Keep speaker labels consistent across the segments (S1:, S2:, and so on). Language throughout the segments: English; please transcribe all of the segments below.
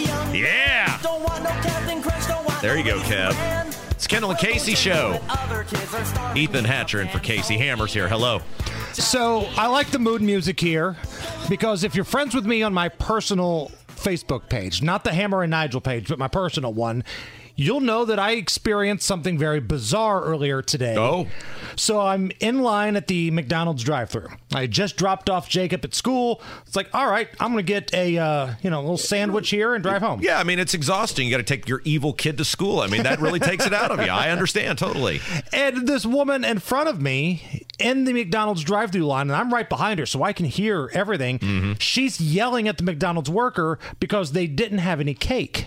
S1: Yeah.
S2: Don't want no Captain Crunch, don't want
S1: There you go,
S2: no
S1: Kev.
S2: Eggman.
S1: It's Kendall and Casey show.
S2: Other kids are starving.
S1: Ethan Hatcher and for Casey Hammers here. Hello.
S3: So I like the mood music here because if you're friends with me on my personal Facebook page, not the Hammer and Nigel page, but my personal one, you'll know that I experienced something very bizarre earlier today.
S1: Oh.
S3: So I'm in line at the McDonald's drive-thru. I just dropped off Jacob at school. It's like, all right, I'm gonna get a uh, you know little sandwich here and drive home.
S1: Yeah, I mean it's exhausting. You got to take your evil kid to school. I mean that really takes it out of you. I understand totally.
S3: And this woman in front of me in the McDonald's drive through line, and I'm right behind her, so I can hear everything. She's yelling at the McDonald's worker because they didn't have any cake.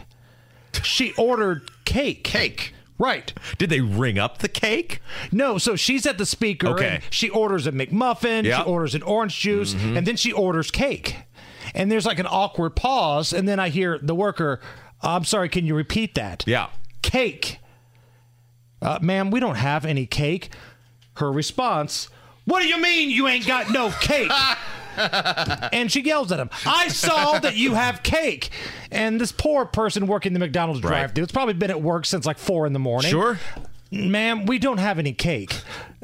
S3: She ordered cake.
S1: Cake.
S3: Right.
S1: Did they ring up the cake?
S3: No, so she's at the speaker.
S1: Okay.
S3: and she orders a McMuffin.
S1: Yeah. Mm-hmm.
S3: She orders an orange juice, and then she orders cake. And there's like an awkward pause, and then I hear the worker, "I'm sorry, can you repeat that?"
S1: Yeah.
S3: cake. Uh, ma'am, we don't have any cake. Her response, What do you mean you ain't got no cake? and she yells at him, I saw that you have cake. And this poor person working the McDonald's
S1: Right.
S3: drive thru, it's probably been at work since like four in the morning.
S1: Sure.
S3: Ma'am, we don't have any cake.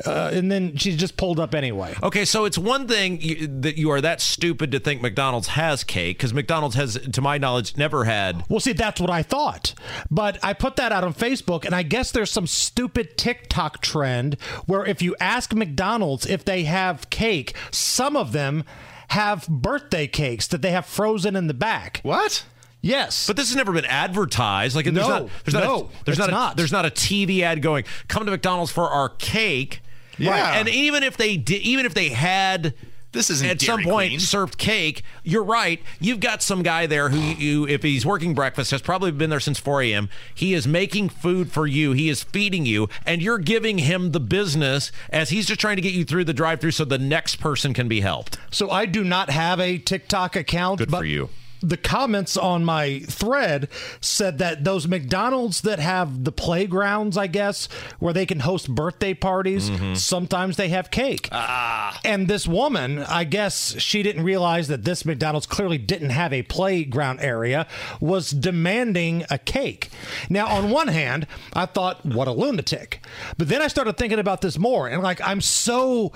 S3: Uh, and then she just pulled up anyway.
S1: Okay, so it's one thing you, that you are that stupid to think McDonald's has cake because McDonald's has, to my knowledge, never had.
S3: Well, see, that's what I thought. But I put that out on Facebook, and I guess there's some stupid TikTok trend where if you ask McDonald's if they have cake, some of them have birthday cakes that they have frozen in the back.
S1: What?
S3: Yes.
S1: But this has never been advertised. Like there's
S3: No,
S1: not there's not
S3: no,
S1: a, there's not, a,
S3: it's not.
S1: there's not a TV ad going come to McDonald's for our cake.
S3: Yeah.
S1: Right. And even if they did, even if they had.
S4: This isn't
S1: at some
S4: Mm. Dairy
S1: point
S4: Queen.
S1: served cake. You're right. You've got some guy there who you, if he's working breakfast, has probably been there since 4 a.m. He is making food for you. He is feeding you, and you're giving him the business as he's just trying to get you through the drive-through so the next person can be helped.
S3: so I do not have a TikTok account.
S1: Good
S3: but
S1: for you.
S3: The comments on my thread said that those McDonald's that have the playgrounds, I guess, where they can host birthday parties,
S1: Mm-hmm.
S3: sometimes they have cake. And this woman, I guess she didn't realize that this McDonald's clearly didn't have a playground area, was demanding a cake. Now, on one hand, I thought, what a lunatic. But then I started thinking about this more, and like, I'm so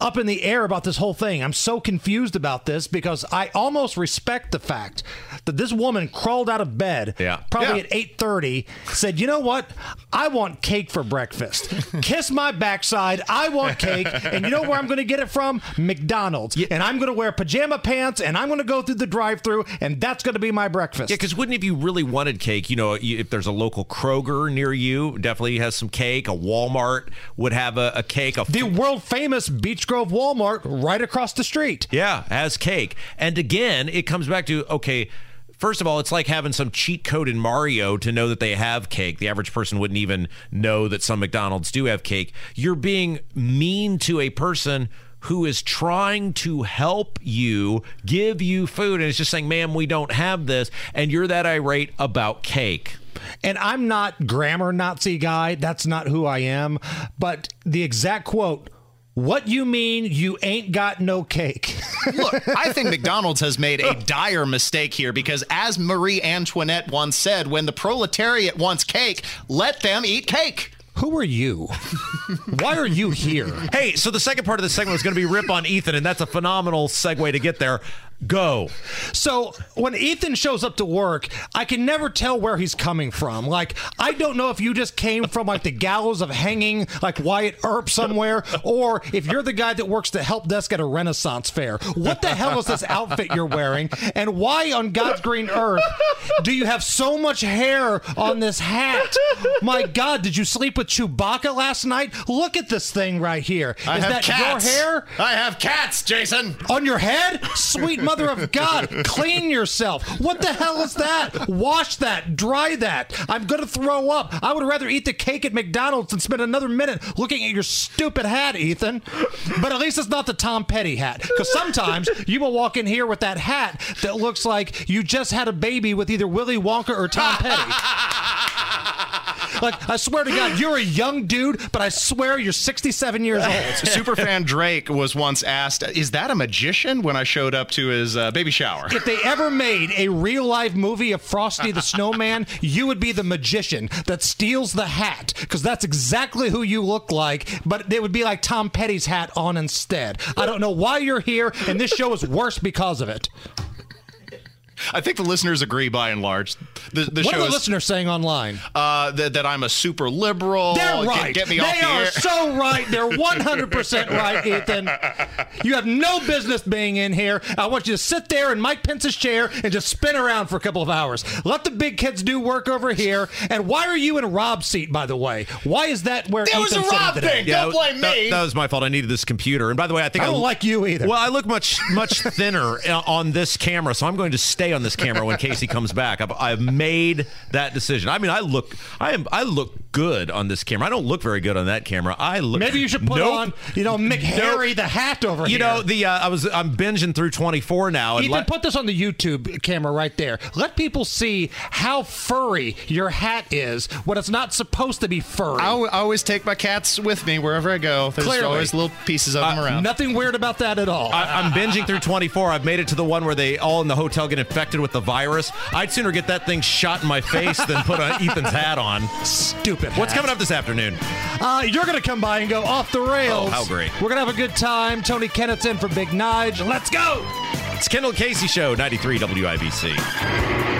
S3: up in the air about this whole thing. I'm so confused about this because I almost respect the fact that this woman crawled out of bed
S1: Yeah.
S3: probably
S1: Yeah.
S3: at 8:30 said, "You know what? I want cake for breakfast. Kiss my backside. I want cake, and you know where I'm going to get it from? McDonald's. And I'm going to wear pajama pants, and I'm going to go through the drive-through, and that's going to be my breakfast."
S1: Yeah, because wouldn't if you really wanted cake, you know, you- if there's a local Kroger near you, definitely has some cake. A Walmart would have a, a cake. A
S3: the world famous Beach Grove Walmart right across the street.
S1: yeah, has cake. And again, it comes back to okay. First of all, it's like having some cheat code in Mario to know that they have cake. The average person wouldn't even know that some McDonald's do have cake. You're being mean to a person who is trying to help you, give you food, and it's just saying, ma'am, we don't have this. And you're that irate about cake.
S3: And I'm not grammar Nazi guy. That's not who I am. But the exact quote, "What you mean you ain't got no cake?"
S4: Look, I think McDonald's has made a dire mistake here because, as Marie Antoinette once said, when the proletariat wants cake, let them eat cake.
S3: Who are you? Why are you here?
S1: Hey, so the second part of the segment was going to be rip on Ethan, and that's a phenomenal segue to get there. Go.
S3: So when Ethan shows up to work, I can never tell where he's coming from. Like I don't know if you just came from like the gallows of hanging, like Wyatt Earp somewhere, or if you're the guy that works the help desk at a Renaissance fair. What the hell is this outfit you're wearing, and why on God's green earth do you have so much hair on this hat? My God, did you sleep with Chewbacca last night? Look at this thing right here. Is
S4: I have
S3: that
S4: cats.
S3: your hair?
S4: I have cats, Jason.
S3: On your head? Sweet mother of God, clean yourself. What the hell is that? Wash that, dry that. I'm going to throw up. I would rather eat the cake at McDonald's than spend another minute looking at your stupid hat, Ethan. But at least it's not the Tom Petty hat. Because sometimes you will walk in here with that hat that looks like you just had a baby with either Willy Wonka or Tom Petty. Like, I swear to God, you're a young dude, but I swear you're 67 years old.
S4: Superfan Drake was once asked, "Is that a magician?" When I showed up to his uh, baby shower.
S3: If they ever made a real life movie of Frosty the Snowman, you would be the magician that steals the hat because that's exactly who you look like. But it would be like Tom Petty's hat on instead. I don't know why you're here, and this show is worse because of it.
S4: I think the listeners agree by and large. The, the
S3: What
S4: show
S3: are the
S4: is
S3: listeners saying online?
S4: uh, that, that I'm a super liberal.
S3: They're
S1: Oh,
S4: Get-
S3: right.
S4: Get, me
S3: they
S4: off the
S3: are
S4: air.
S3: so right. They're 100% right, Ethan. You have no business being in here. I want you to sit there in Mike Pence's chair and just spin around for a couple of hours. Let the big kids do work over here. And why are you in Rob's seat, by the way? Why is that where
S4: That was
S3: Ethan's
S4: a
S3: sitting
S4: Rob
S3: today?
S4: thing. Don't blame
S1: that,
S4: me.
S1: That was my fault. I needed this computer. And by the way, I think
S3: I don't like you either.
S1: Well, I look much much thinner uh, on this camera, so I'm going to stay on this camera when Casey comes back. I've, I've made that decision. I mean, I look I am I look good on this camera. I don't look very good on that camera. I look
S3: Maybe you should put
S1: Nope.
S3: on, you know, Mick Harry the hat over
S1: You
S3: here.
S1: know the uh, I was I'm binging through 24 now. And
S3: Ethan,
S1: la-
S3: put this on the YouTube camera right there. Let people see how furry your hat is when it's not supposed to be furry.
S4: I al- I always take my cats with me wherever I go. There's
S3: Clearly.
S4: always little pieces of them around.
S3: Nothing weird about that at all.
S1: I, I'm binging through 24. I've made it to the one where they all in the hotel get infected with the virus. I'd sooner get that thing shot in my face than put a, Ethan's hat on.
S3: Stupid.
S1: What's coming up this afternoon?
S3: Uh, you're going to come by and go off the rails.
S1: Oh, how great.
S3: We're going to have a good time. Tony Kennett's in for Big Nige. Let's go.
S1: It's Kendall Casey Show, 93 WIBC.